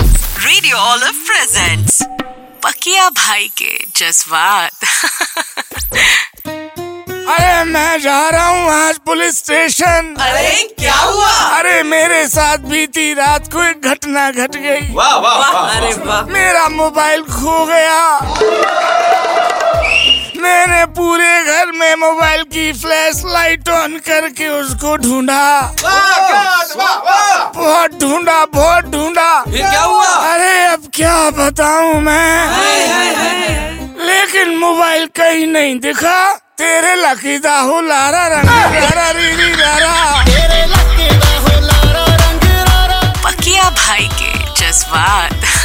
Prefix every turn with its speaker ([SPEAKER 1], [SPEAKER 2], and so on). [SPEAKER 1] and you all are presents. Pakiya भाई के जज्बात
[SPEAKER 2] अरे मैं जा रहा हूँ आज पुलिस स्टेशन
[SPEAKER 1] अरे
[SPEAKER 3] क्या हुआ
[SPEAKER 2] अरे मेरे साथ बीती रात को एक घटना घट गई
[SPEAKER 3] वाह वाह वाह
[SPEAKER 1] अरे वाह
[SPEAKER 2] मेरा मोबाइल खो गया मैंने पूरे घर में मोबाइल की फ्लैश लाइट ऑन करके उसको ढूंढा
[SPEAKER 3] वाह वाह वाह
[SPEAKER 2] बहुत ढूंढा बहुत ढूंढा
[SPEAKER 3] ये क्या हुआ
[SPEAKER 2] अरे अब क्या बताऊं मैं लेकिन मोबाइल कहीं नहीं दिखा तेरे लकी दाहू लारा रंगी लारा रीरी लारा
[SPEAKER 1] पकिया भाई के जज्बात